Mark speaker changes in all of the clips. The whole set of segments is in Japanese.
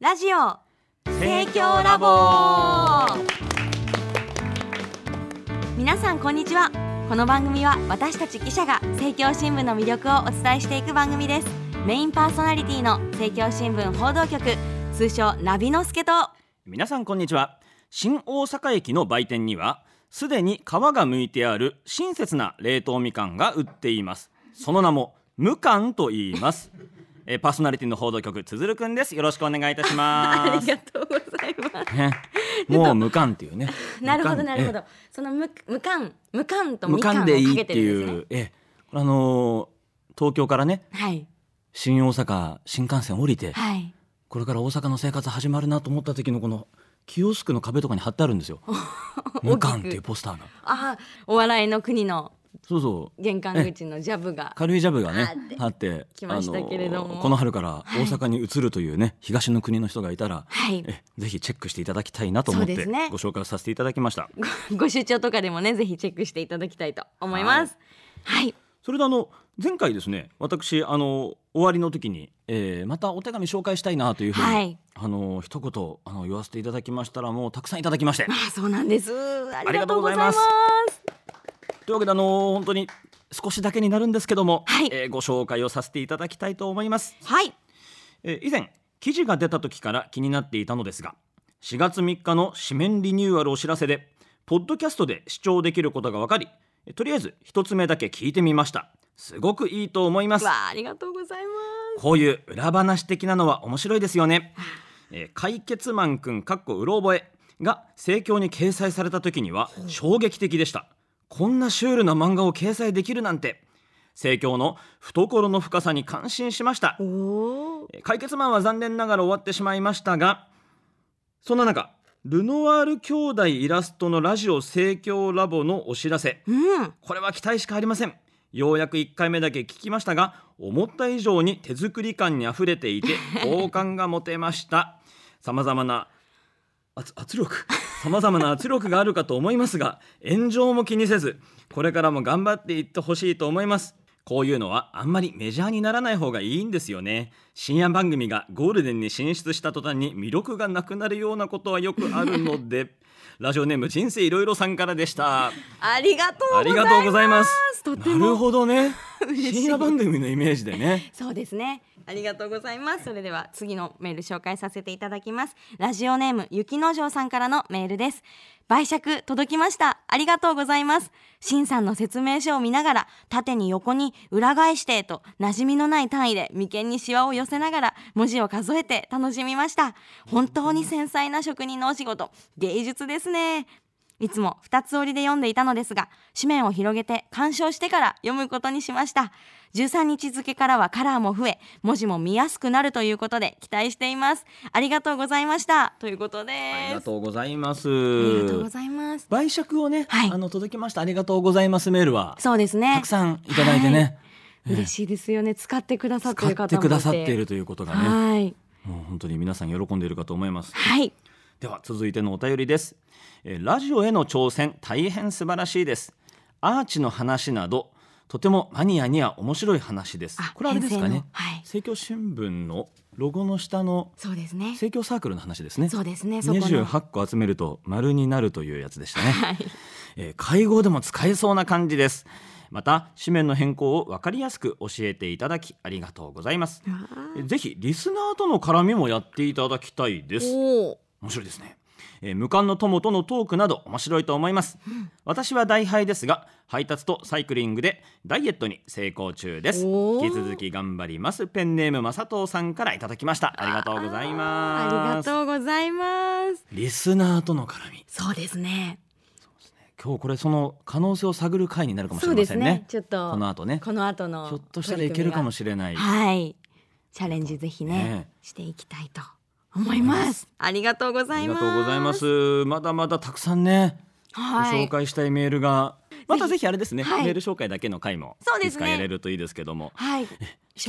Speaker 1: ラジオ
Speaker 2: 盛況ラボ
Speaker 1: 皆さんこんにちはこの番組は私たち記者が政教新聞の魅力をお伝えしていく番組ですメインパーソナリティの政教新聞報道局通称ナビの助と
Speaker 2: 皆さんこんにちは新大阪駅の売店にはすでに皮が剥いてある親切な冷凍みかんが売っていますその名もむかんと言いますえーパーソナリティの報道局つづるくんですよろしくお願いいた します
Speaker 1: とうございます
Speaker 2: ねもう無感っていうね
Speaker 1: なるほど
Speaker 2: 無
Speaker 1: な
Speaker 2: 冠
Speaker 1: るほどその無無感無感と
Speaker 2: 無
Speaker 1: みかんを
Speaker 2: 感
Speaker 1: か
Speaker 2: でいい
Speaker 1: け
Speaker 2: ってて
Speaker 1: るんです
Speaker 2: い
Speaker 1: ね
Speaker 2: うえあのー東京からね
Speaker 1: はい
Speaker 2: 新大阪新幹線降りて
Speaker 1: はい
Speaker 2: これから大阪の生活始まるなと思った時のこのキオスクの壁とかに貼ってあるんです よ無感っていうポスターが
Speaker 1: あお笑いの国の
Speaker 2: そうそう
Speaker 1: 玄関口のジャブ が
Speaker 2: 軽いジャブがね
Speaker 1: あって
Speaker 2: あって
Speaker 1: 来ましたけれども
Speaker 2: あのこの春から大阪に移るというね、東の国の人がいたら、
Speaker 1: はい
Speaker 2: えぜひチェックしていただきたいなと思
Speaker 1: そ
Speaker 2: っ
Speaker 1: うで
Speaker 2: て
Speaker 1: すね
Speaker 2: ご紹介させていただきました、
Speaker 1: ごご出張とかでもねぜひチェックしていただきたいと思いますはい
Speaker 2: それであの前回ですね私あの終わりの時に、えーまたお手紙紹介したいなというふうに、
Speaker 1: はい
Speaker 2: あの一言あの言わせていただきましたらもうたくさんいただきまして
Speaker 1: あそうなんですあり
Speaker 2: り
Speaker 1: がと
Speaker 2: がと
Speaker 1: う
Speaker 2: う
Speaker 1: ござい
Speaker 2: ござい
Speaker 1: ま
Speaker 2: ますすというわけであの本当に少しだけになるんですけども、
Speaker 1: はい
Speaker 2: えーご紹介をさせていただきたいと思います、
Speaker 1: はい
Speaker 2: えー以前記事が出た時から気になっていたのですが4月3日の紙面リニューアルお知らせでポッドキャストで視聴できることが分かりえーとりあえず一つ目だけ聞いてみましたすごくいいと思います
Speaker 1: わあありがとうございま
Speaker 2: こういう裏話的なのは面白いですよね。えー解決マンくんかっこうろ覚えが盛況に掲載された時には衝撃的でした。こんなシュールな漫画を掲載できるなんて盛況の懐の深さに感心しました
Speaker 1: す。おお
Speaker 2: えー解決マンは残念ながら終わってしまいましたがそんな中ルノワール兄弟イラストのラジオ盛況ラボのお知らせ
Speaker 1: うん
Speaker 2: これは期待しかありませんようやく1回目だけ聞きましたが思った以上に手作り感にあふれていて好感が持てましたさまざまな圧圧力さまざまな圧力があるかと思いますが炎上も気にせずこれからも頑張っていってほしいと思いますこういうのはあんまりメジャーにならない方がいいんですよね深夜番組がゴールデンに進出した途端に魅力がなくなるようなことはよくあるのでラジオネーム人生いろいろさんからでした
Speaker 1: ありがとう
Speaker 2: ありがとう
Speaker 1: ご
Speaker 2: ご
Speaker 1: ざ
Speaker 2: ざ
Speaker 1: い
Speaker 2: い
Speaker 1: ま
Speaker 2: ますす。
Speaker 1: とて
Speaker 2: な
Speaker 1: も
Speaker 2: るほどね。
Speaker 1: 嬉しい
Speaker 2: 深夜番組のイメージでね。
Speaker 1: そうですね。ありがとうございます。それでは次のメール紹介させていただきます。ラジオネーム雪之丞さんからのメールです。売借届きました。ありがとうございます。しんさんの説明書を見ながら、縦に横に裏返してと、馴染みのない単位で眉間にシワを寄せながら、文字を数えて楽しみました。本当に繊細な職人のお仕事、芸術ですね。いつも二つ折りで読んでいたのですが、紙面を広げて鑑賞してから読むことにしました。13日付からはカラーも増え、文字も見やすくなるということで期待しています。ありがとうございました。ということです。
Speaker 2: ありがとうございます。
Speaker 1: ありがとうございます。
Speaker 2: 売借をね、
Speaker 1: はい
Speaker 2: あの届きました。ありがとうございますメールは、
Speaker 1: そうです
Speaker 2: た
Speaker 1: ね
Speaker 2: く。さんいただいてね、
Speaker 1: 嬉しいですよね。使ってくださって
Speaker 2: 使
Speaker 1: る
Speaker 2: っ
Speaker 1: 方
Speaker 2: て
Speaker 1: も
Speaker 2: くださっているということがね、
Speaker 1: はい。
Speaker 2: もう本当に皆さん喜んでいるかと思います。
Speaker 1: はい。
Speaker 2: では続いてのお便りです、えーラジオへの挑戦大変素晴らしいですアーチの話などとてもマニアには面白い話です
Speaker 1: あ
Speaker 2: これあれです
Speaker 1: 編
Speaker 2: か
Speaker 1: 成の
Speaker 2: ね
Speaker 1: はい
Speaker 2: 政教新聞のロゴの下の
Speaker 1: そうですね。
Speaker 2: 政教サークルの話ですね
Speaker 1: そうですね。そこの。
Speaker 2: 28個集めると丸になるというやつでしたね、
Speaker 1: はい。
Speaker 2: えー会合でも使えそうな感じですまた紙面の変更を分かりやすく教えていただきありがとうございますえーぜひリスナーとの絡みもやっていただきたいです
Speaker 1: おお。
Speaker 2: 面白いですね、えー無冠の友とのトークなど面白いと思います、私は大敗ですが配達とサイクリングでダイエットに成功中です
Speaker 1: おー
Speaker 2: 引き続き頑張りますペンネームまさとうさんからいただきましたありがとうござい
Speaker 1: ありが
Speaker 2: ます
Speaker 1: とうございます。
Speaker 2: リスナーとの絡み
Speaker 1: そうですね。
Speaker 2: 今日これその可能性を探る回になるかもし
Speaker 1: そ
Speaker 2: れ
Speaker 1: う
Speaker 2: ま
Speaker 1: で
Speaker 2: せ
Speaker 1: す
Speaker 2: んね
Speaker 1: ね。ちょっと
Speaker 2: この後ね
Speaker 1: この後の
Speaker 2: ひょっとしたらいけるかも
Speaker 1: し
Speaker 2: しれない、
Speaker 1: はい。チャレンジぜひね
Speaker 2: ね
Speaker 1: していきたいと思います。ありがとうござ
Speaker 2: あり
Speaker 1: い
Speaker 2: が
Speaker 1: ます。
Speaker 2: とうございま。すまだまだたくさんね、
Speaker 1: は
Speaker 2: ご紹
Speaker 1: い。
Speaker 2: 介したいメールがまたぜひあれですね、
Speaker 1: はい
Speaker 2: メール紹介だけの回も
Speaker 1: そうで
Speaker 2: い
Speaker 1: す
Speaker 2: つ
Speaker 1: ね
Speaker 2: かやれるといいですけども
Speaker 1: はい。
Speaker 2: き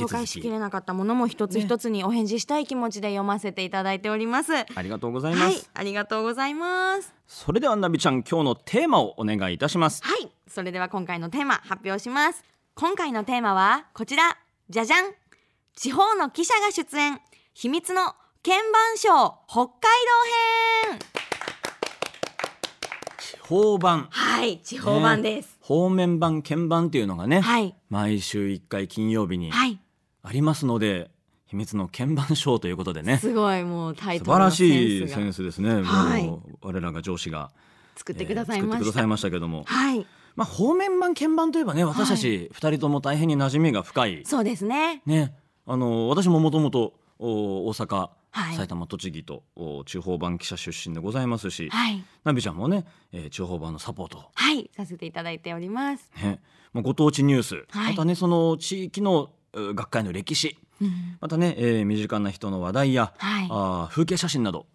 Speaker 1: 紹
Speaker 2: 続き
Speaker 1: 介しきれなかったものも一つ一つにお返事したい気持ちで読ませていただいております。
Speaker 2: ありがとうございま
Speaker 1: はい
Speaker 2: す、。
Speaker 1: ありがとうございます。
Speaker 2: それではナビちゃん今日のテーマをお願いいたします
Speaker 1: はい、それでは今回のテーマ発表します。今回のテーマはこちら、じゃじゃん。地方の記者が出演、秘密の鍵盤賞北海道編
Speaker 2: 地 方版
Speaker 1: はい地方版です、
Speaker 2: 方面版鍵盤っていうのがね、
Speaker 1: はい
Speaker 2: 毎週1回金曜日に
Speaker 1: はい
Speaker 2: ありますので秘密の鍵盤賞ということでね素
Speaker 1: すごいもうタイト
Speaker 2: 晴
Speaker 1: ル
Speaker 2: ら
Speaker 1: のセン
Speaker 2: しい
Speaker 1: ス
Speaker 2: セ
Speaker 1: が
Speaker 2: ンスですね、
Speaker 1: はい
Speaker 2: もう我らが上司が
Speaker 1: 作っ
Speaker 2: え
Speaker 1: て
Speaker 2: ー
Speaker 1: ください
Speaker 2: 作って
Speaker 1: ま
Speaker 2: くだ
Speaker 1: し
Speaker 2: さ
Speaker 1: た、
Speaker 2: いましたけども、
Speaker 1: はい
Speaker 2: まあ、方面版鍵盤といえばね私たち2人とも大変に馴染みが深い、
Speaker 1: そうですね
Speaker 2: ね、あの私ももともとお大阪、
Speaker 1: はい
Speaker 2: 埼玉栃木とお地方版記者出身でございますし、
Speaker 1: はい
Speaker 2: ナビちゃんもね、えー地方版のサポート
Speaker 1: はいさせていただいております、
Speaker 2: ね、まあ、ご当地ニュース、
Speaker 1: はい
Speaker 2: またねその地域のえー学会の歴史
Speaker 1: うん
Speaker 2: またね、えー身近な人の話題や、
Speaker 1: はい
Speaker 2: あー風景写真など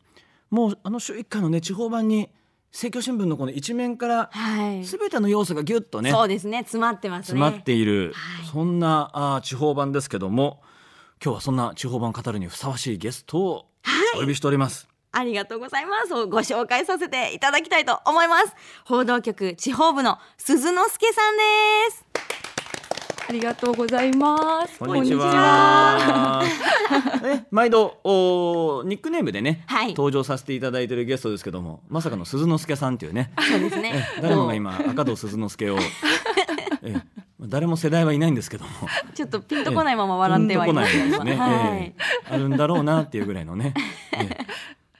Speaker 2: もうあの週1回のね地方版に政教新聞のこの一面から
Speaker 1: はい
Speaker 2: 全ての要素がギュッとね
Speaker 1: そうですね詰まってますね
Speaker 2: 詰まっている、
Speaker 1: はい
Speaker 2: そんなあー地方版ですけども今日はそんな地方版を語るにふさわしいゲストをお呼びしております。
Speaker 1: ありがとうございますをご紹介させていただきたいと思います報道局地方部の鈴之助さんです
Speaker 3: ありがとうございま す。
Speaker 2: は。 ね、毎度おーニックネームでね、
Speaker 1: はい
Speaker 2: 登場させていただいているゲストですけども、まさかの鈴之助さんっていうね、
Speaker 1: そうです ね
Speaker 2: 誰もが今赤堂鈴之助を、ええ誰も世代はいないんですけども、
Speaker 1: ちょっとピンとこないまま笑ってはいます
Speaker 2: ピンとこないですね、
Speaker 1: はい
Speaker 2: ええあるんだろうなっていうぐらい のね。ええ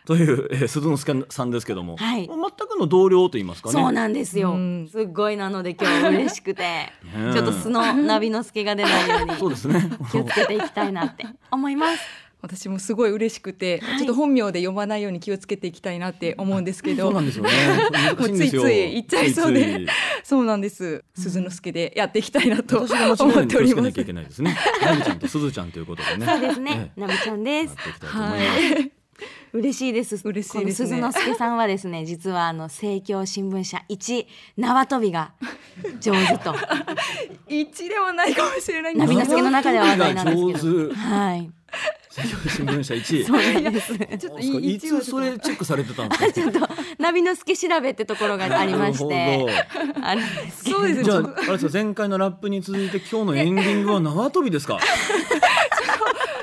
Speaker 2: という、ええ鈴之助さんですけども、
Speaker 1: はい
Speaker 2: もう全くの同僚と言いますかね。
Speaker 1: そうなんですよ、
Speaker 3: うん
Speaker 1: すっごいなので今日嬉しくて
Speaker 2: うん
Speaker 1: ちょっと素のナビの助が出ないよう に
Speaker 2: そうですね。
Speaker 1: 気をつけていきたいなって思います
Speaker 3: 私もすごい嬉しくて、
Speaker 1: はい
Speaker 3: ちょっと本名で読まないように気をつけていきたいなって思うんですけ
Speaker 2: そ
Speaker 3: ど
Speaker 2: うな。んですよね。難しいんですよ。
Speaker 3: もうついつい言っちゃいそうで
Speaker 2: ついつい
Speaker 3: そうなんです。鈴之助でやっていきたいなと思
Speaker 2: 私が間違えないよう
Speaker 3: っ
Speaker 2: に
Speaker 3: て
Speaker 2: 気
Speaker 3: お
Speaker 2: をつ
Speaker 3: り
Speaker 2: け
Speaker 3: ま
Speaker 2: なきゃい
Speaker 3: す。
Speaker 2: けないですね。ラミちゃんとすずちゃんということでね。
Speaker 1: そうですね
Speaker 2: え
Speaker 1: ナビちゃん
Speaker 2: え
Speaker 1: で
Speaker 2: やっ
Speaker 1: す
Speaker 2: ていきたいと思います。
Speaker 1: 嬉しいです。
Speaker 3: 嬉しいですね
Speaker 1: この鈴之助さんはですね、実はあの政教新聞社一縄跳びが上手 と、
Speaker 3: 一ではないかもしれないんで
Speaker 1: ナ
Speaker 3: す
Speaker 1: ビの助
Speaker 3: け
Speaker 1: の中では話題なんですけ
Speaker 2: 上
Speaker 1: ど、
Speaker 2: 手
Speaker 1: はい、
Speaker 2: 政教新聞社一位。
Speaker 1: そうなんです。
Speaker 3: ちょっと
Speaker 2: そう
Speaker 3: い
Speaker 2: い
Speaker 3: 一は
Speaker 2: つ
Speaker 3: ちょ
Speaker 2: そ
Speaker 3: っ
Speaker 2: れチェックされてたんですか。
Speaker 1: ちょっとナビの助調べってところ がありまして、あるんですけ
Speaker 3: と
Speaker 1: ど
Speaker 3: そうですね。
Speaker 2: じ
Speaker 3: ち
Speaker 2: ゃあ
Speaker 3: ょ
Speaker 2: あ
Speaker 3: っと
Speaker 2: れですか前回のラップに続いて今日のエンディングは縄跳びです か。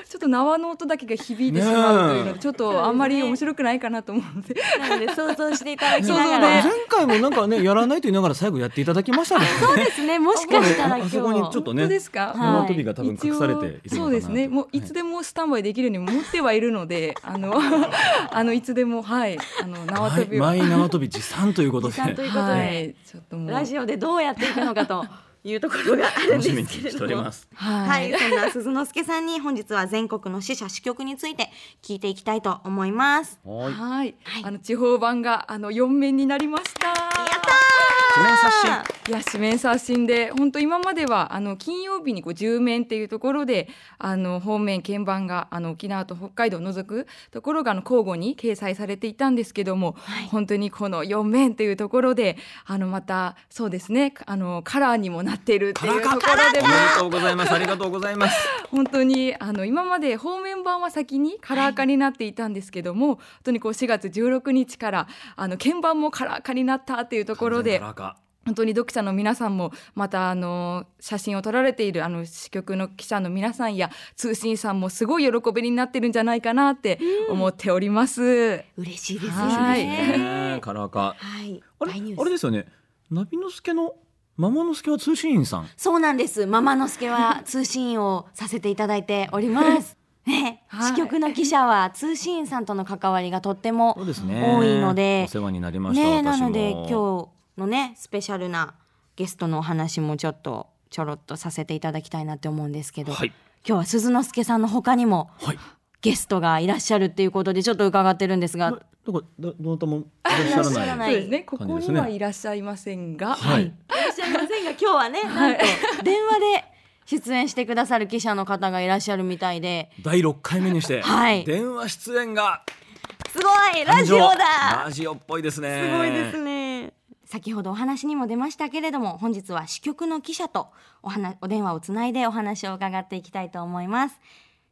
Speaker 3: ちょっと縄の音だけが響いてしまうというの
Speaker 2: ね
Speaker 3: で、ちょっとあんまり面白くないかなと思う ので。
Speaker 1: なので想像していただき
Speaker 3: そう
Speaker 1: なが
Speaker 2: 前
Speaker 1: ら、
Speaker 3: そ
Speaker 2: 回もなんかねやらないと言いながら最後やっていただきましたね。
Speaker 1: そうですね。もしかしたら
Speaker 2: あ
Speaker 1: 今日
Speaker 2: そこにちょっと
Speaker 3: 本当
Speaker 2: ね
Speaker 3: ですか。
Speaker 1: はい
Speaker 2: 縄跳びが多分隠されているのかなと
Speaker 3: 一応そうですねもういつでもスタンバイできるように持ってはいるので、あの あのいつでもはいあの縄跳びを、
Speaker 2: マイ縄跳び持参という ことで
Speaker 1: 時間ということで、
Speaker 3: はいちょっともう
Speaker 1: ラジオでどうやっていくの かというところがあるんで
Speaker 2: 楽
Speaker 1: すけれど
Speaker 2: しみ
Speaker 1: も
Speaker 2: に。しております。
Speaker 1: は、
Speaker 3: はいい、
Speaker 1: そんな鈴之助さんに本日は全国の支社支局について聞いていきたいと思います。
Speaker 2: は
Speaker 3: はい
Speaker 2: い。
Speaker 3: あの地方版があの四面になりました。や
Speaker 2: 記念刷新。
Speaker 3: いや紙面刷新で本当今まではあの金曜日にこう10面っていうところであの方面鍵盤があの沖縄と北海道を除くところがあの交互に掲載されていたんですけども、本当にこの4面というところであのまたそうですねあのカラーにもなっているっていうところで
Speaker 2: お
Speaker 3: も
Speaker 2: めでとうございます。ありがとうございます。
Speaker 3: 本当にあの今まで方面版は先にカラー化になっていたんですけども、本当にこう4月16日からあの鍵盤もカラー化になったっていうところで
Speaker 2: 完全カラー化
Speaker 3: 本当に読者の皆さんもまたあの写真を撮られているあの支局の記者の皆さんや通信さんもすごい喜びになってるんじゃないかなって思っております。
Speaker 1: 嬉しいですよ
Speaker 3: はい
Speaker 1: ね。
Speaker 2: カラー化。
Speaker 1: はい、
Speaker 2: あれ
Speaker 1: 大ニュース
Speaker 2: あれですよね。ナビノスケのママノスケは通信員さん。
Speaker 1: そうなんです。ママの助は通信員をさせていただいており ます。ね、
Speaker 3: はい
Speaker 1: 支局の記者は通信員さんとの関わりがとっても
Speaker 2: そうですね。
Speaker 1: 多いので
Speaker 2: お世話になりました。
Speaker 1: ね、な
Speaker 2: 私も
Speaker 1: ので今日のねスペシャルなゲストのお話もちょっとちょろっとさせていただきたいなって思うんですけど、
Speaker 2: はい
Speaker 1: 今日は鈴之助さんの他にも
Speaker 2: はい。
Speaker 1: ゲストがいらっしゃるっていうことでちょっと伺ってるんですが
Speaker 2: あ、だ、からだどなたもいらっしゃらない。
Speaker 1: い
Speaker 3: そうですねこ
Speaker 2: 感
Speaker 3: こ
Speaker 2: じ
Speaker 3: に
Speaker 2: ですね
Speaker 3: はいらっしゃいませんが、
Speaker 2: はい
Speaker 1: いらっしゃいませんが今日は ね、なんと電話で出演してくださる記者の方がいらっしゃるみたいで
Speaker 2: 第六回目にして、
Speaker 1: はい
Speaker 2: 電話出演が
Speaker 1: すごいラジオ
Speaker 2: 誕生
Speaker 1: だ
Speaker 2: ラジオっぽいですね。
Speaker 1: すごいですね先ほどお話にも出ましたけれども本日は支局の記者とお話お電話をつないでお話を伺っていきたいと思います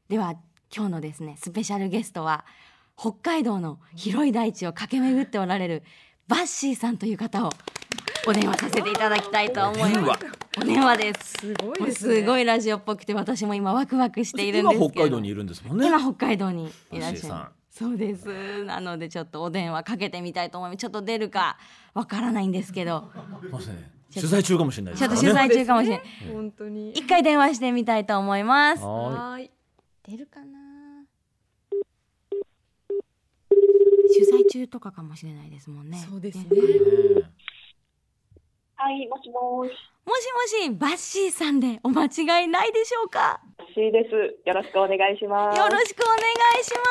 Speaker 1: では今日のですねスペシャルゲストは北海道の広い大地を駆け巡っておられるバッシーさんという方をお電話させていただきたいと思い
Speaker 2: 電
Speaker 1: ま
Speaker 2: 話
Speaker 1: す。お電話です。
Speaker 3: すごい
Speaker 1: もう
Speaker 3: ですね。
Speaker 1: すごいラジオっぽくて私も今ワクワクしているん
Speaker 2: 今
Speaker 1: ですけど
Speaker 2: 北海道にいるんですもんね
Speaker 1: 今北海道にいらっし
Speaker 2: 石
Speaker 1: ゃ
Speaker 2: 井さ
Speaker 1: る
Speaker 2: ん
Speaker 1: そうですなのでちょっとお電話かけてみたいと思いますちょっと出るかわからないんですけ ど
Speaker 2: そうですね取材中かもしれないで
Speaker 1: ちょ
Speaker 2: す
Speaker 1: っ
Speaker 2: か
Speaker 1: と
Speaker 2: ら
Speaker 1: 取材
Speaker 2: ね
Speaker 1: 中かもしれない、
Speaker 3: い。本当に。
Speaker 1: 一回電話してみたいと思います
Speaker 2: は
Speaker 3: はーい。
Speaker 1: 出るかな取材中とかかもしれないですもんね
Speaker 3: そうですね。
Speaker 2: ーいね
Speaker 4: はい、もしもーし。
Speaker 1: もしもしバッシーさんでお間違いないでしょうか
Speaker 4: しいです。よろしくお願いします。
Speaker 1: よろしくお願いしま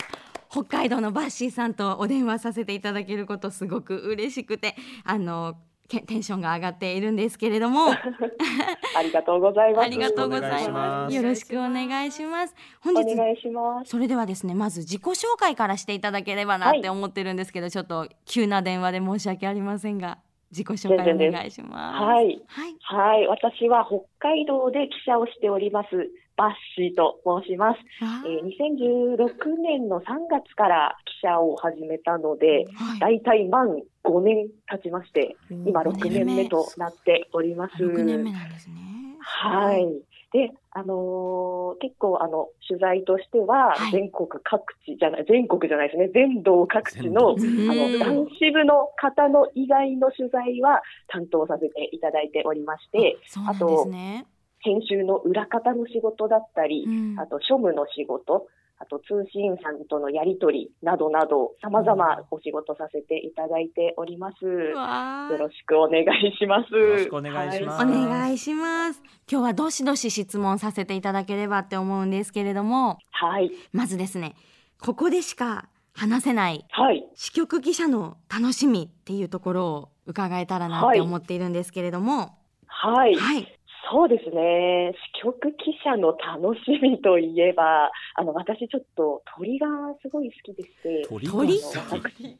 Speaker 1: す。北海道のバッシーさんとお電話させていただけることすごく嬉しくて、あのけテンションが上がっているんですけれども、あ
Speaker 4: ありがとうございます。
Speaker 1: りがとうござい
Speaker 2: よろしくお願いしま
Speaker 1: ますす。よろしくお願いします。本
Speaker 4: お
Speaker 1: 日
Speaker 4: 願いします。
Speaker 1: それではですね、まず自己紹介からしていただければなって思ってるんですけど、ちょっと急な電話で申し訳ありませんが、自己紹介お願いします。
Speaker 4: はい。
Speaker 1: はい。
Speaker 4: はい、私は北海道で記者をしております。バッシーと申します。
Speaker 1: あ
Speaker 4: えー2016年の3月から記者を始めたので、
Speaker 1: はい
Speaker 4: だいたい満5年経ちまして、今
Speaker 1: お
Speaker 4: 6年目となっております。
Speaker 1: 六年目なんですね。
Speaker 4: はい。で、あのー結構あの取材としては
Speaker 1: はい
Speaker 4: 全国各地じゃない、全国じゃないですね全道各地の
Speaker 2: 全
Speaker 1: 道
Speaker 4: あの
Speaker 1: うん
Speaker 4: 男子部の方の以外の取材は担当させていただいておりまして
Speaker 1: そうなんですね。
Speaker 4: 編集の裏方の仕事だったり、
Speaker 1: うん
Speaker 4: あと庶務の仕事あと通信員さんとのやり取りなどなど様々お仕事させていただいております。
Speaker 1: うわー
Speaker 4: よろしくお願いします。
Speaker 2: よろしくお願いします
Speaker 1: お願いします今日はどしどし質問させていただければって思うんですけれども
Speaker 4: はい。
Speaker 1: まずですねここでしか話せない
Speaker 4: はい。
Speaker 1: 支局記者の楽しみっていうところを伺えたらなって思っているんですけれども
Speaker 4: はい。はい
Speaker 1: はい、
Speaker 4: そうですね。支局記者の楽しみといえば、あの、私ちょっと鳥がすごい好きでして、
Speaker 2: 鳥
Speaker 1: 鳥
Speaker 2: が好き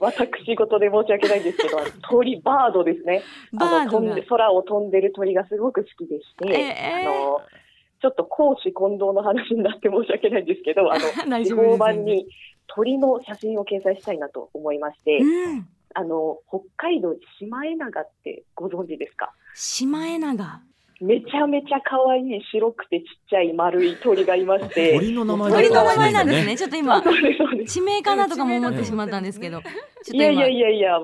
Speaker 4: 私事で申し訳ないんですけど、あの鳥、バードですね。
Speaker 1: バード
Speaker 4: あの飛ん
Speaker 1: が
Speaker 4: で空を飛んでる鳥がすごく好きでして、
Speaker 1: えー
Speaker 4: あの、ちょっと公私混同の話になって申し訳ないんですけど、あの、
Speaker 1: 大
Speaker 4: 地
Speaker 1: 丈夫です
Speaker 4: 方版に鳥の写真を掲載したいなと思いまして、
Speaker 1: うん
Speaker 4: あの、北海道シマエナガってご存知ですか
Speaker 1: シマエナガ
Speaker 4: めちゃめちゃ可愛い白くてちっちゃい丸い鳥がいまして。
Speaker 2: 鳥の名前だ
Speaker 1: 鳥
Speaker 2: った
Speaker 1: の名
Speaker 2: らしい
Speaker 1: 前
Speaker 2: で
Speaker 1: なん
Speaker 2: す
Speaker 1: です
Speaker 2: ね
Speaker 1: ねちょっと今
Speaker 4: そうですそうです
Speaker 1: 地名かなとかも思ってしまったんですけどちょっと
Speaker 4: いや
Speaker 1: 今
Speaker 4: いやいやいや、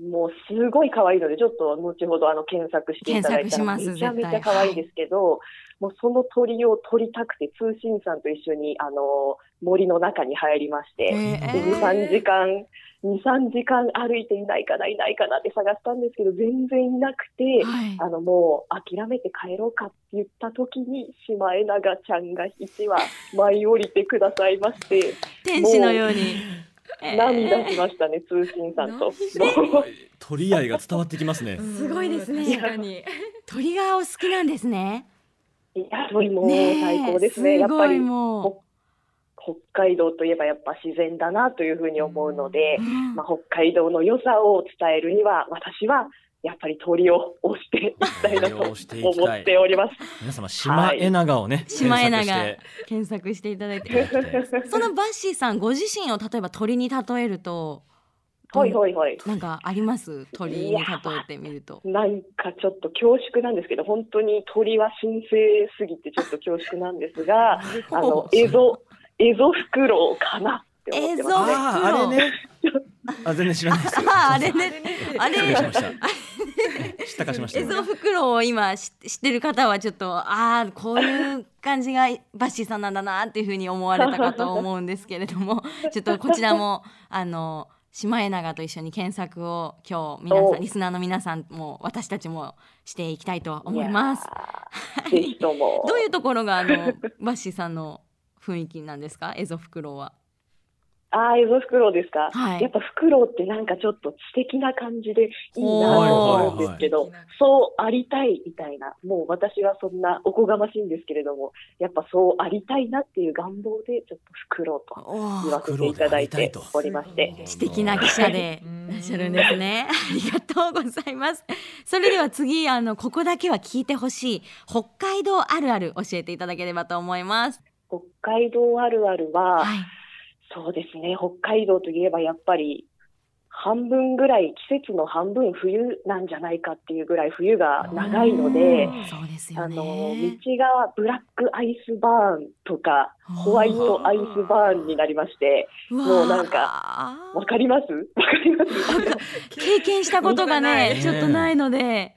Speaker 4: もうすごい可愛いので、ちょっと後ほどあの検索していただいたら、
Speaker 1: 検索します
Speaker 4: めちゃめちゃ可愛いんですけど、もうその鳥を撮りたくて、通信員さんと一緒にあの森の中に入りまして、
Speaker 1: え
Speaker 4: で2、3時間、2、3時間歩いていないかな、いないかなって探したんですけど、全然いなくて、
Speaker 1: はい
Speaker 4: あのもう諦めて帰ろうかって言った時にシマエナガちゃんが1羽舞い降りてくださいまして
Speaker 1: 天使のようにえー
Speaker 4: 涙しましたね通信さんと。もう
Speaker 2: 鳥愛が伝わってきますね
Speaker 1: すごいですね
Speaker 3: 確かに。
Speaker 1: 鳥がお好きなんですね
Speaker 4: いや鳥も
Speaker 1: ねえ
Speaker 4: 最高ですねやっ
Speaker 1: ご
Speaker 4: ぱ
Speaker 1: い
Speaker 4: り
Speaker 1: もう
Speaker 4: 北海道といえばやっぱ自然だなというふうに思うので
Speaker 1: う、ん
Speaker 4: まあ、北海道の良さを伝えるには私はやっぱり鳥を推していきたいなと
Speaker 2: 鳥を推していきたい
Speaker 4: 思っております。
Speaker 2: 皆様シマエナガをね
Speaker 1: シマエナ
Speaker 2: 検
Speaker 1: ガ
Speaker 2: 索
Speaker 1: 検索していただいて
Speaker 2: していた だきたい
Speaker 1: そのバッシーさんご自身を例えば鳥に例えると
Speaker 4: ほいほいほい。
Speaker 1: なんかあります鳥に例えてみると
Speaker 4: なんかちょっと恐縮なんですけど、本当に鳥は神聖すぎてちょっと恐縮なんで すが、あの、エゾ、エゾフクロウかなって思っ
Speaker 1: エ
Speaker 4: てます
Speaker 1: ゾ
Speaker 4: ね。
Speaker 2: あああれねあ全然知らないです
Speaker 1: ああれねあ
Speaker 2: 失礼し
Speaker 1: れ
Speaker 2: ました知ったかしました
Speaker 1: エゾフクロウを今知知ってる方はちょっとああこういう感じがバッシーさんなんだなっていうふうに思われたかと思うんですけれども ちょっとこちらもあのシマエナガと一緒に検索を今日皆
Speaker 4: お
Speaker 1: さんリスナーの皆さんも私たちもしていきたいと思います。
Speaker 4: いやー。ぜひとも。
Speaker 1: どういうところがあのバッシーさんの雰囲気なんですかエゾフクロウは。
Speaker 4: ああ、エゾフクロウですか。
Speaker 1: はい
Speaker 4: やっぱフクロウってなんかちょっと知的な感じでいいなと思うんですけ
Speaker 3: おー
Speaker 4: ど
Speaker 3: はいはいはい、
Speaker 4: そうありたいみたいな、もう私はそんなおこがましいんですけれども、やっぱそうありたいなっていう願望で、ちょっとフクロウと言わせていただいておりまして。
Speaker 1: 知的な記者でいらっしゃるんですね。ありがとうございます。それでは次あのここだけは聞いてほしい北海道あるある教えていただければと思います。
Speaker 4: 北海道あるあるは、
Speaker 1: はい。
Speaker 4: そうですね、北海道といえばやっぱり半分ぐらい、季節の半分冬なんじゃないかっていうぐらい冬が長いので、
Speaker 1: そうですよ
Speaker 4: あ
Speaker 1: ね。
Speaker 4: の、道がブラックアイスバーンとか、ホワイトアイスバーンになりまして、
Speaker 1: わ
Speaker 4: もうなん
Speaker 1: か
Speaker 4: わかりますわかります
Speaker 1: 経験したことがね、ち
Speaker 2: そ
Speaker 1: ょ
Speaker 2: う
Speaker 1: っ
Speaker 2: だね
Speaker 1: とないので、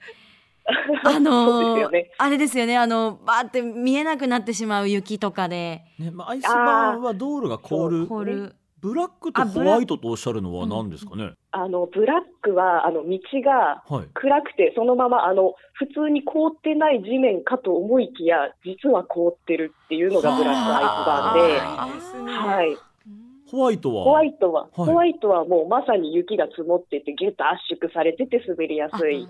Speaker 1: あの
Speaker 4: そう
Speaker 1: ー
Speaker 4: ですよね
Speaker 1: あれですよね、あのバーって見えなくなってしまう雪とかで、
Speaker 2: ねまあ、アイスバーンは道路が凍る
Speaker 1: 凍る。
Speaker 2: ブラックとホワイトとおっしゃるのは何ですかね、
Speaker 4: あの、ブラックは、あの、道が
Speaker 2: はい
Speaker 4: 暗くて、そのまま、あの、普通に凍ってない地面かと思いきや、実は凍ってるっていうのがブラックアイスバーン
Speaker 1: あー
Speaker 3: いいです
Speaker 4: で、
Speaker 3: ね
Speaker 4: はい。
Speaker 2: ホワイトは
Speaker 4: ホワイトは、
Speaker 2: い
Speaker 4: ホワイトはもうまさに雪が積もってて、ギュッと圧縮されてて滑りやすい。
Speaker 1: はい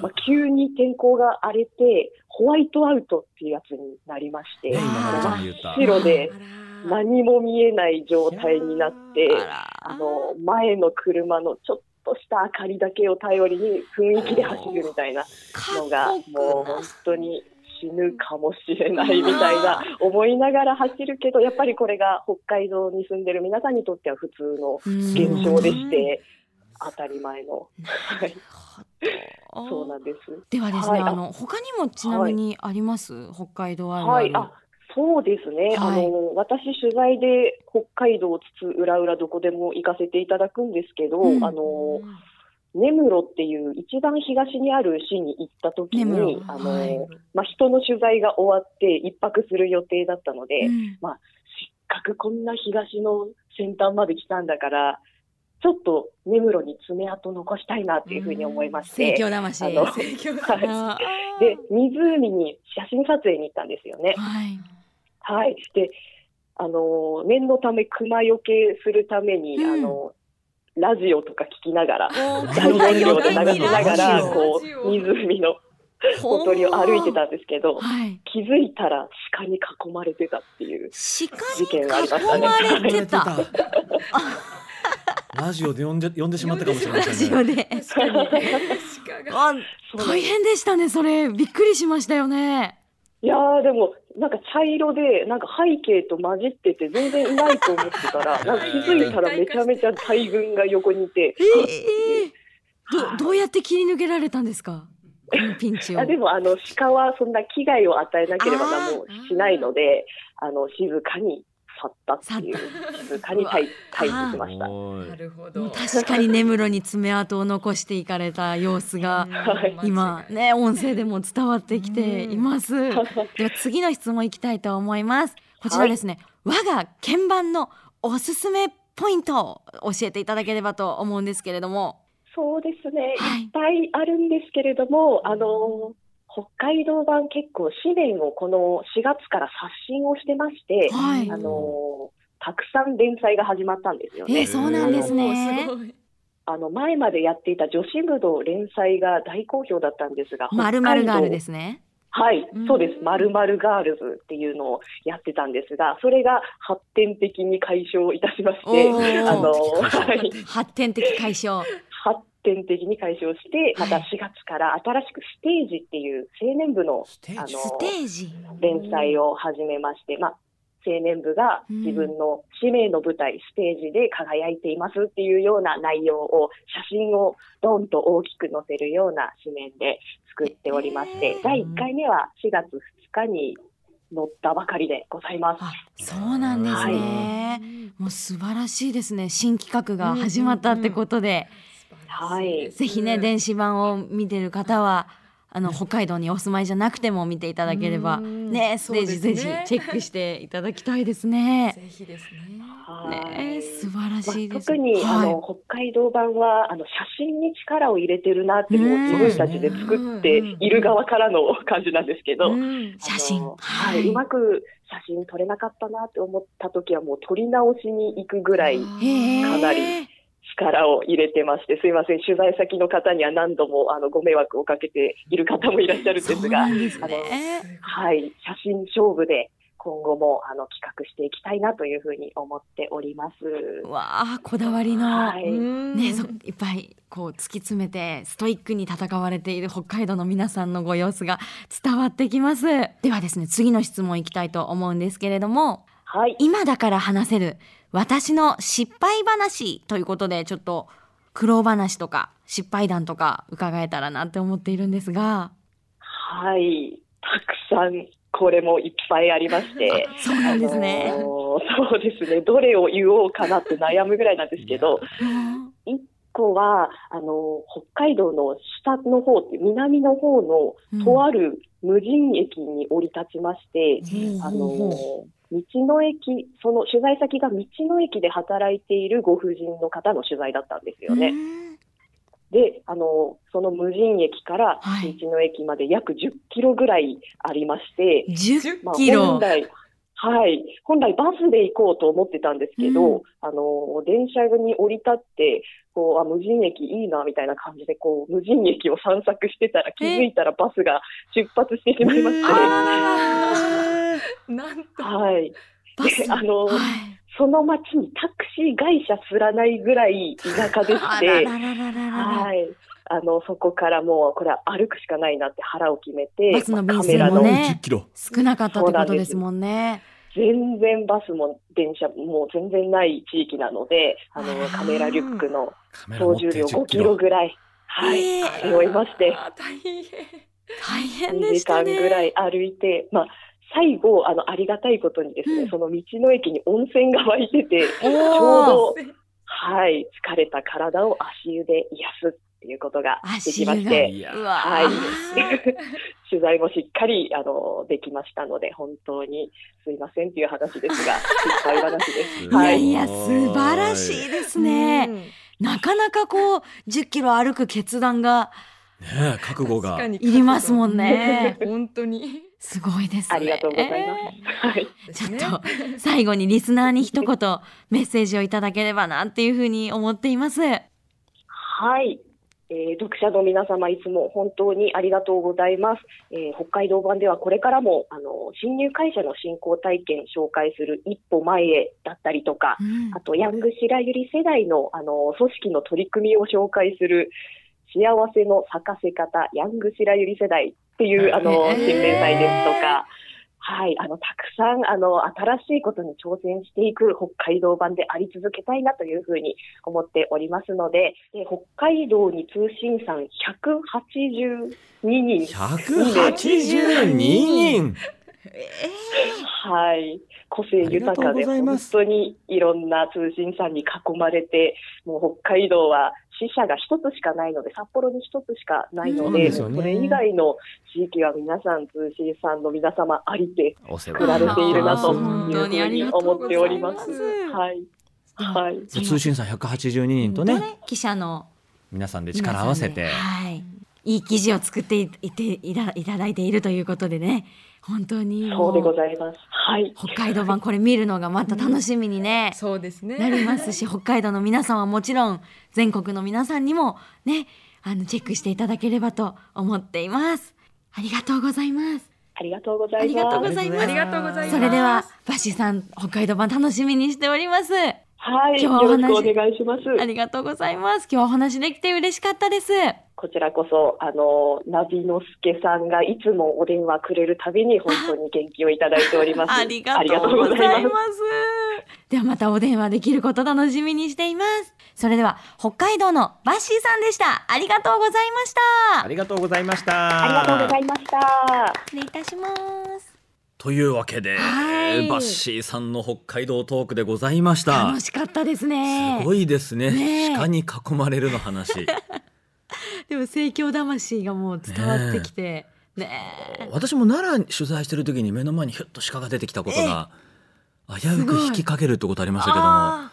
Speaker 4: まあ、急に天候が荒れて、ホワイトアウトっていうやつになりまして
Speaker 2: ね、
Speaker 1: あー
Speaker 2: 今のちゃんに言った
Speaker 4: 白で
Speaker 1: あら
Speaker 4: 何も見えない状態になって、
Speaker 1: あら
Speaker 4: あの、前の車のちょっとした明かりだけを頼りに雰囲気で走るみたいなのが
Speaker 1: 過酷、な
Speaker 4: もう本当に死ぬかもしれないみたいな思いながら走るけど、やっぱりこれが北海道に住んでる皆さんにとっては普通の現象でして、当たり前の。はい、そうなんです。
Speaker 1: ではですね、
Speaker 4: はいあ
Speaker 1: あの他にもちなみにあります、北海道あるあ
Speaker 4: は
Speaker 1: る
Speaker 4: い、あそうですね、
Speaker 1: はい
Speaker 4: あの私、取材で北海道津々浦々どこでも行かせていただくんですけど、
Speaker 1: うん
Speaker 4: あの根室っていう一番東にある市に行った時
Speaker 1: 根
Speaker 4: に
Speaker 1: 室
Speaker 4: あの、
Speaker 1: はい
Speaker 4: まあ、人の取材が終わって一泊する予定だったので、
Speaker 1: う
Speaker 4: せっ
Speaker 1: ん
Speaker 4: かくこんな東の先端まで来たんだからちょっと根室に爪痕残したいなっていうふうに思いまし
Speaker 1: 盛
Speaker 4: て、
Speaker 1: 況魂
Speaker 4: あの
Speaker 1: 盛況
Speaker 4: はい
Speaker 1: あー
Speaker 4: で湖に写真撮影に行ったんですよね。
Speaker 1: はい
Speaker 4: はい。で、あのー、念のため熊よけするために、
Speaker 1: うん
Speaker 4: あのー、ラジオとか聞きながら、
Speaker 2: ラジ
Speaker 4: 大
Speaker 2: オ
Speaker 4: 音量で流しな
Speaker 2: ラ
Speaker 4: がら、
Speaker 2: ジオ
Speaker 4: こ
Speaker 3: ラジ
Speaker 4: う、
Speaker 3: オ
Speaker 4: 湖のほとりを歩いてたんですけど、
Speaker 1: はい
Speaker 4: 気づいたら鹿に囲まれてたっていう。事
Speaker 1: 鹿に
Speaker 4: 件がありました
Speaker 1: 囲
Speaker 4: ね
Speaker 1: まれてた
Speaker 2: ラジオで呼んで呼んでしまったかもしれま
Speaker 1: ラ
Speaker 2: せん
Speaker 1: ジ
Speaker 2: ね
Speaker 1: オで
Speaker 3: 確かに鹿が
Speaker 1: あ
Speaker 4: そうなん
Speaker 1: 大
Speaker 4: です
Speaker 1: 変でしたねそれびっくりしましたよね
Speaker 4: いやー、でも、なんか茶色で、なんか背景と混じってて、全然いないと思ってたら、なんか気づいたらめちゃめちゃ大群が横にいて、
Speaker 1: ええどどうやって切り抜けられたんですかこのピンチを
Speaker 4: あでもあの鹿はそんな危害を与えなければ何もしないのであの静かに去ったっていう静かに退退治しました。は
Speaker 2: お
Speaker 3: ないるほ
Speaker 1: もう
Speaker 3: ど
Speaker 1: 確かに根室に爪痕を残していかれた様子が
Speaker 4: はい
Speaker 1: 今ね音声でも伝わってきています。では次の質問いきたいと思います。こちらですね、我が鍵盤のおすすめポイントを教えていただければと思うんですけれども、
Speaker 4: そうですね、
Speaker 1: はい
Speaker 4: いっぱいあるんですけれどもあの北海道版結構紙面をこの4月から刷新をしてまして、
Speaker 1: はい
Speaker 4: あのたくさん連載が始まったんですよ
Speaker 1: え
Speaker 4: ね。
Speaker 1: ーそうなんですね。
Speaker 4: あの前までやっていた女子武道連載が大好評だったんですが、
Speaker 1: まるまるがある
Speaker 4: す
Speaker 1: ですね。
Speaker 4: はい、
Speaker 3: うん
Speaker 4: そうです。まるまるガールズっていうのをやってたんですが、それが発展的に解消いたしまし
Speaker 1: お
Speaker 4: て、
Speaker 1: ー
Speaker 4: あの、
Speaker 2: 発
Speaker 4: は
Speaker 2: 展
Speaker 4: い、
Speaker 1: 発展的解消。
Speaker 4: 発展的に解消して、また
Speaker 1: は
Speaker 4: 4
Speaker 1: い
Speaker 4: 月から新しくステージっていう青年部の
Speaker 2: ステ
Speaker 4: あ
Speaker 2: ージ
Speaker 1: ステージ。
Speaker 4: 連載を始めまして、まあ、青年部が自分の使命の舞台、ステージで輝いていますっていうような内容を、写真をドンと大きく載せるような紙面で作っておりまして
Speaker 1: え、ー
Speaker 4: 第1回目は4月2日に載ったばかりでございます。
Speaker 1: あ、そうなんですね。もう素晴らしいですね。新企画が始まったってことで。
Speaker 4: はい
Speaker 1: ぜひね、電子版を見てる方は、あの北海道にお住まいじゃなくても見ていただければ。
Speaker 3: うん
Speaker 1: ね、ステージ
Speaker 3: そ
Speaker 1: ぜ
Speaker 3: うで
Speaker 1: ひ
Speaker 3: すね
Speaker 1: チェックしていただきたいですね
Speaker 3: ぜ。ひですね
Speaker 4: はい
Speaker 1: ね、素晴ら
Speaker 4: まあ
Speaker 1: しいです。
Speaker 4: 特に、あ
Speaker 1: はい
Speaker 4: の、北海道版はあの写真に力を入れてるなってもう自分たちで作っている側からの感じなんですけど、
Speaker 3: うん
Speaker 1: 写真
Speaker 4: あの
Speaker 1: は
Speaker 4: はいい、うまく写真撮れなかったなって思った時はもう撮り直しに行くぐら
Speaker 1: へ
Speaker 4: い
Speaker 1: ー
Speaker 4: かなり力を入れてまして、すいません、取材先の方には何度もあのご迷惑をかけている方もいらっしゃるんで
Speaker 1: そ
Speaker 4: す
Speaker 1: うな、
Speaker 4: が
Speaker 1: んです
Speaker 4: あの
Speaker 1: ね。
Speaker 4: はい、写真勝負で今後もあの企画していきたいなというふうに思っております。
Speaker 1: わあ、こだわりの
Speaker 4: は。
Speaker 3: う
Speaker 4: い、
Speaker 3: ん
Speaker 1: ね、そいっぱいこう突き詰めてストイックに戦われている北海道の皆さんのご様子が伝わってきますではですね次の質問いきたいと思うんですけれども
Speaker 4: はい、
Speaker 1: 今だから話せる私の失敗話ということでちょっと苦労話とか失敗談とか伺えたらなって思っているんですが
Speaker 4: はい、たくさんこれもいっぱいありまして。
Speaker 1: そうなんですね
Speaker 4: あ。のそうですね。どれを言おうかなって悩むぐらいなんですけど、
Speaker 1: うん
Speaker 4: ここはあの北海道の下の方って南の方のとある無人駅に降り立ちまして、あの
Speaker 1: ほうほうほう
Speaker 4: 道の駅その取材先が道の駅で働いているご婦人の方の取材だったんですよね。
Speaker 1: うん
Speaker 4: であのその無人駅から
Speaker 1: はい
Speaker 4: 道の駅まで約10キロぐらいありまして、
Speaker 1: 10
Speaker 4: まあ、
Speaker 1: キロ
Speaker 4: 本。来はい本来バスで行こうと思ってたんですけど、
Speaker 1: うん
Speaker 4: あの電車に降り立ってこうあ無人駅いいなみたいな感じでこう無人駅を散策してたら気づいたらバスが出発してしまいまして、
Speaker 1: あ
Speaker 3: なんと
Speaker 4: はい、
Speaker 1: バス
Speaker 4: であの
Speaker 1: はい
Speaker 4: その町にタクシー会社すらないぐらい田舎でし
Speaker 1: あ
Speaker 4: て。
Speaker 1: らららららら
Speaker 4: はい。あの、そこからもう、これは歩くしかないなって腹を決め
Speaker 1: バ
Speaker 4: て、
Speaker 1: スの
Speaker 4: まあ
Speaker 1: 便
Speaker 4: カメ
Speaker 1: 数
Speaker 4: ラ
Speaker 1: も
Speaker 4: の
Speaker 1: ね
Speaker 2: 10キロ
Speaker 1: 少なかったってことですもんね。
Speaker 4: 全然バスも電車も全然ない地域なので、あ
Speaker 1: あ
Speaker 4: の、
Speaker 1: ー
Speaker 4: カメラリュックの
Speaker 2: カメラ持っ
Speaker 4: 総
Speaker 2: て
Speaker 4: 重量
Speaker 2: 10
Speaker 4: 5キ
Speaker 2: キ
Speaker 4: ロ
Speaker 2: ロ
Speaker 4: ぐらい、はい、
Speaker 1: えー
Speaker 4: 背負いまして、
Speaker 3: あー大変
Speaker 1: 大変
Speaker 4: 2
Speaker 1: で
Speaker 4: 時
Speaker 1: した
Speaker 4: 間
Speaker 1: ね。
Speaker 4: ぐらい歩いて、まあ、最後、あの、ありがたいことにですね、
Speaker 1: うん
Speaker 4: その道の駅に温泉が湧いてて、
Speaker 1: お
Speaker 4: ちょう
Speaker 1: ー
Speaker 4: ど、はい、疲れた体を足湯で癒すっていうことができま
Speaker 1: 足湯
Speaker 4: し
Speaker 1: が
Speaker 4: て、
Speaker 2: いや
Speaker 1: うわ
Speaker 4: はい
Speaker 1: ー。
Speaker 4: 取材もしっかりあのできましたので、本当にすいませんという話ですが、失敗話です。
Speaker 1: いや
Speaker 4: はいい、
Speaker 1: や素晴らしいですね。
Speaker 3: ね
Speaker 1: なかなかこう10キロ歩く決断が
Speaker 2: ねえ覚悟が
Speaker 1: いりますもんね
Speaker 3: 本当に
Speaker 1: すごいですね。
Speaker 4: ありがとうございます。はい、
Speaker 1: ちょっと最後にリスナーに一言メッセージをいただければなっていうふうに思っています。
Speaker 4: はいえー読者の皆様、いつも本当にありがとうございます。えー北海道版ではこれからもあの新入会社の振興体験紹介する一歩前へだったりとか、
Speaker 1: うん
Speaker 4: あとヤング白百合世代のあの組織の取り組みを紹介する幸せの咲かせ方ヤング白百合世代っていうあの
Speaker 1: へー
Speaker 4: 新連載ですとか。はい、あのたくさんあの新しいことに挑戦していく北海道版であり続けたいなというふうに思っておりますので、え北海道に通信さん182人
Speaker 2: 182人
Speaker 4: はい、個性豊か
Speaker 2: ありがとうご
Speaker 4: で
Speaker 2: ざい
Speaker 4: 本
Speaker 2: ます
Speaker 4: 当にいろんな通信さんに囲まれて、もう北海道は支社が一つしかないので、札幌に一つしかない
Speaker 2: そう
Speaker 4: ので、
Speaker 2: なんですよね
Speaker 4: もうそれ以外の地域は皆さん通信さんの皆様ありて、
Speaker 2: お世
Speaker 4: 作られているなと
Speaker 1: あ
Speaker 4: い
Speaker 1: ー本当
Speaker 4: うふ
Speaker 1: にあ
Speaker 4: う
Speaker 1: り
Speaker 4: に
Speaker 1: がとう
Speaker 4: 思
Speaker 1: ご
Speaker 4: っ
Speaker 1: ざ
Speaker 4: て
Speaker 1: い
Speaker 4: おります。
Speaker 1: ます。
Speaker 4: はい、はい、
Speaker 2: じゃあ通信さん182人と
Speaker 1: 本当
Speaker 2: ね
Speaker 1: ね記者の
Speaker 2: 皆さんで力を合わせて
Speaker 1: 皆さんではい、いい記事を作っていいていたいただいているということでね本当にも
Speaker 4: そううでございます。はい、
Speaker 1: 北海道版これ見るのがまた楽しみにね、
Speaker 3: そうですね
Speaker 1: なりますし北海道の皆さんはもちろん全国の皆さんにもねあのチェックしていただければと思っていますありがとうございます
Speaker 4: ありがとうござ
Speaker 1: あ
Speaker 4: い
Speaker 1: りがとうご
Speaker 4: ます。
Speaker 1: ざいま
Speaker 3: あ
Speaker 1: す
Speaker 3: りがとうございます
Speaker 1: それではバシさん北海道版楽しみにしております
Speaker 4: はい、よ
Speaker 1: 今日はお
Speaker 4: ろ
Speaker 1: 話
Speaker 4: しくお願いします。
Speaker 1: ありがとうございます今日はお話できて嬉しかったです
Speaker 4: こちらこそ、あの、ナビのすけさんがいつもお電話くれるたびに本当に元気をいただいております。
Speaker 1: ありがとうございま。
Speaker 4: ありがとうございます
Speaker 1: ではまたお電話できること楽しみにしています。それでは北海道のバッシーさんでした。ありがとうございました
Speaker 2: あ。りがとうございまし
Speaker 4: ありがとうござ
Speaker 2: た
Speaker 4: いました。
Speaker 1: 失礼いたします。
Speaker 2: というわけで
Speaker 1: はい
Speaker 2: バッシーさんの北海道トークでございました
Speaker 1: 楽しかったです
Speaker 2: す
Speaker 1: ね。
Speaker 2: ごいですね
Speaker 1: ねえ
Speaker 2: 鹿に囲まれる の話
Speaker 1: でも盛況魂がもう伝わってきて。ねえ
Speaker 2: 私も奈良に取材してる時に目の前にひょっと鹿が出てきたことが危うく引きかけるってことありましたけども
Speaker 1: あ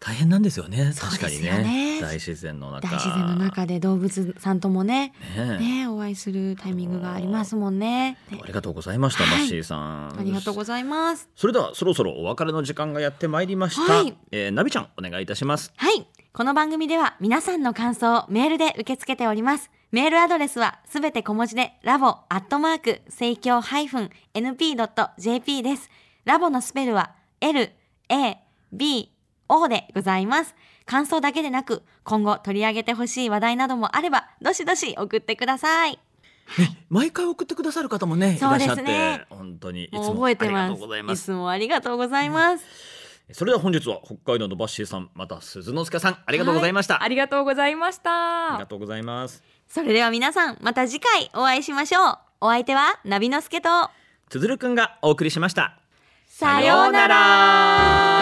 Speaker 2: 大変なんですよね
Speaker 1: そう
Speaker 2: 確かに
Speaker 1: ですよね
Speaker 2: ね大自然の
Speaker 1: ー
Speaker 2: 中
Speaker 1: 大自然の中で動物さんともね、
Speaker 2: ねえ
Speaker 1: ねえお会いするタイミングがありますもんね。ね
Speaker 2: ありがとうございました、
Speaker 1: はい
Speaker 2: バッシーさん。
Speaker 1: ありがとうございます。
Speaker 2: それではそろそろお別れの時間がやってまいりました。
Speaker 1: はい
Speaker 2: えーナビちゃんお願いいたします。
Speaker 1: はい。この番組では皆さんの感想をメールで受け付けております。メールアドレスはすべて小文字でラボアットマーク生協 -np.jp です。ラボのスペルは L, A, B, O でございます。感想だけでなく今後取り上げてほしい話題などもあればどしどし送ってください。
Speaker 2: 毎回送ってくださる方もねい
Speaker 1: そ
Speaker 2: ら
Speaker 1: う
Speaker 2: っ
Speaker 1: で
Speaker 2: しゃ
Speaker 1: す
Speaker 2: って、
Speaker 1: ね
Speaker 2: 本当にいつ
Speaker 1: もう
Speaker 2: も
Speaker 1: 覚
Speaker 2: あ
Speaker 1: え
Speaker 2: り
Speaker 1: て
Speaker 2: が
Speaker 1: ま
Speaker 2: と
Speaker 1: す。
Speaker 2: うございま
Speaker 1: い
Speaker 2: す。
Speaker 1: つもありがとうございます。
Speaker 2: それでは本日は北海道のバッシーさんまた鈴之助さんありがとうございました、
Speaker 3: ありがとうございまし
Speaker 2: あり
Speaker 3: た
Speaker 2: がとうございます
Speaker 1: それでは皆さんまた次回お会いしましょうお相手はナビのすけと
Speaker 2: つづるくんがお送りしました
Speaker 1: さようなら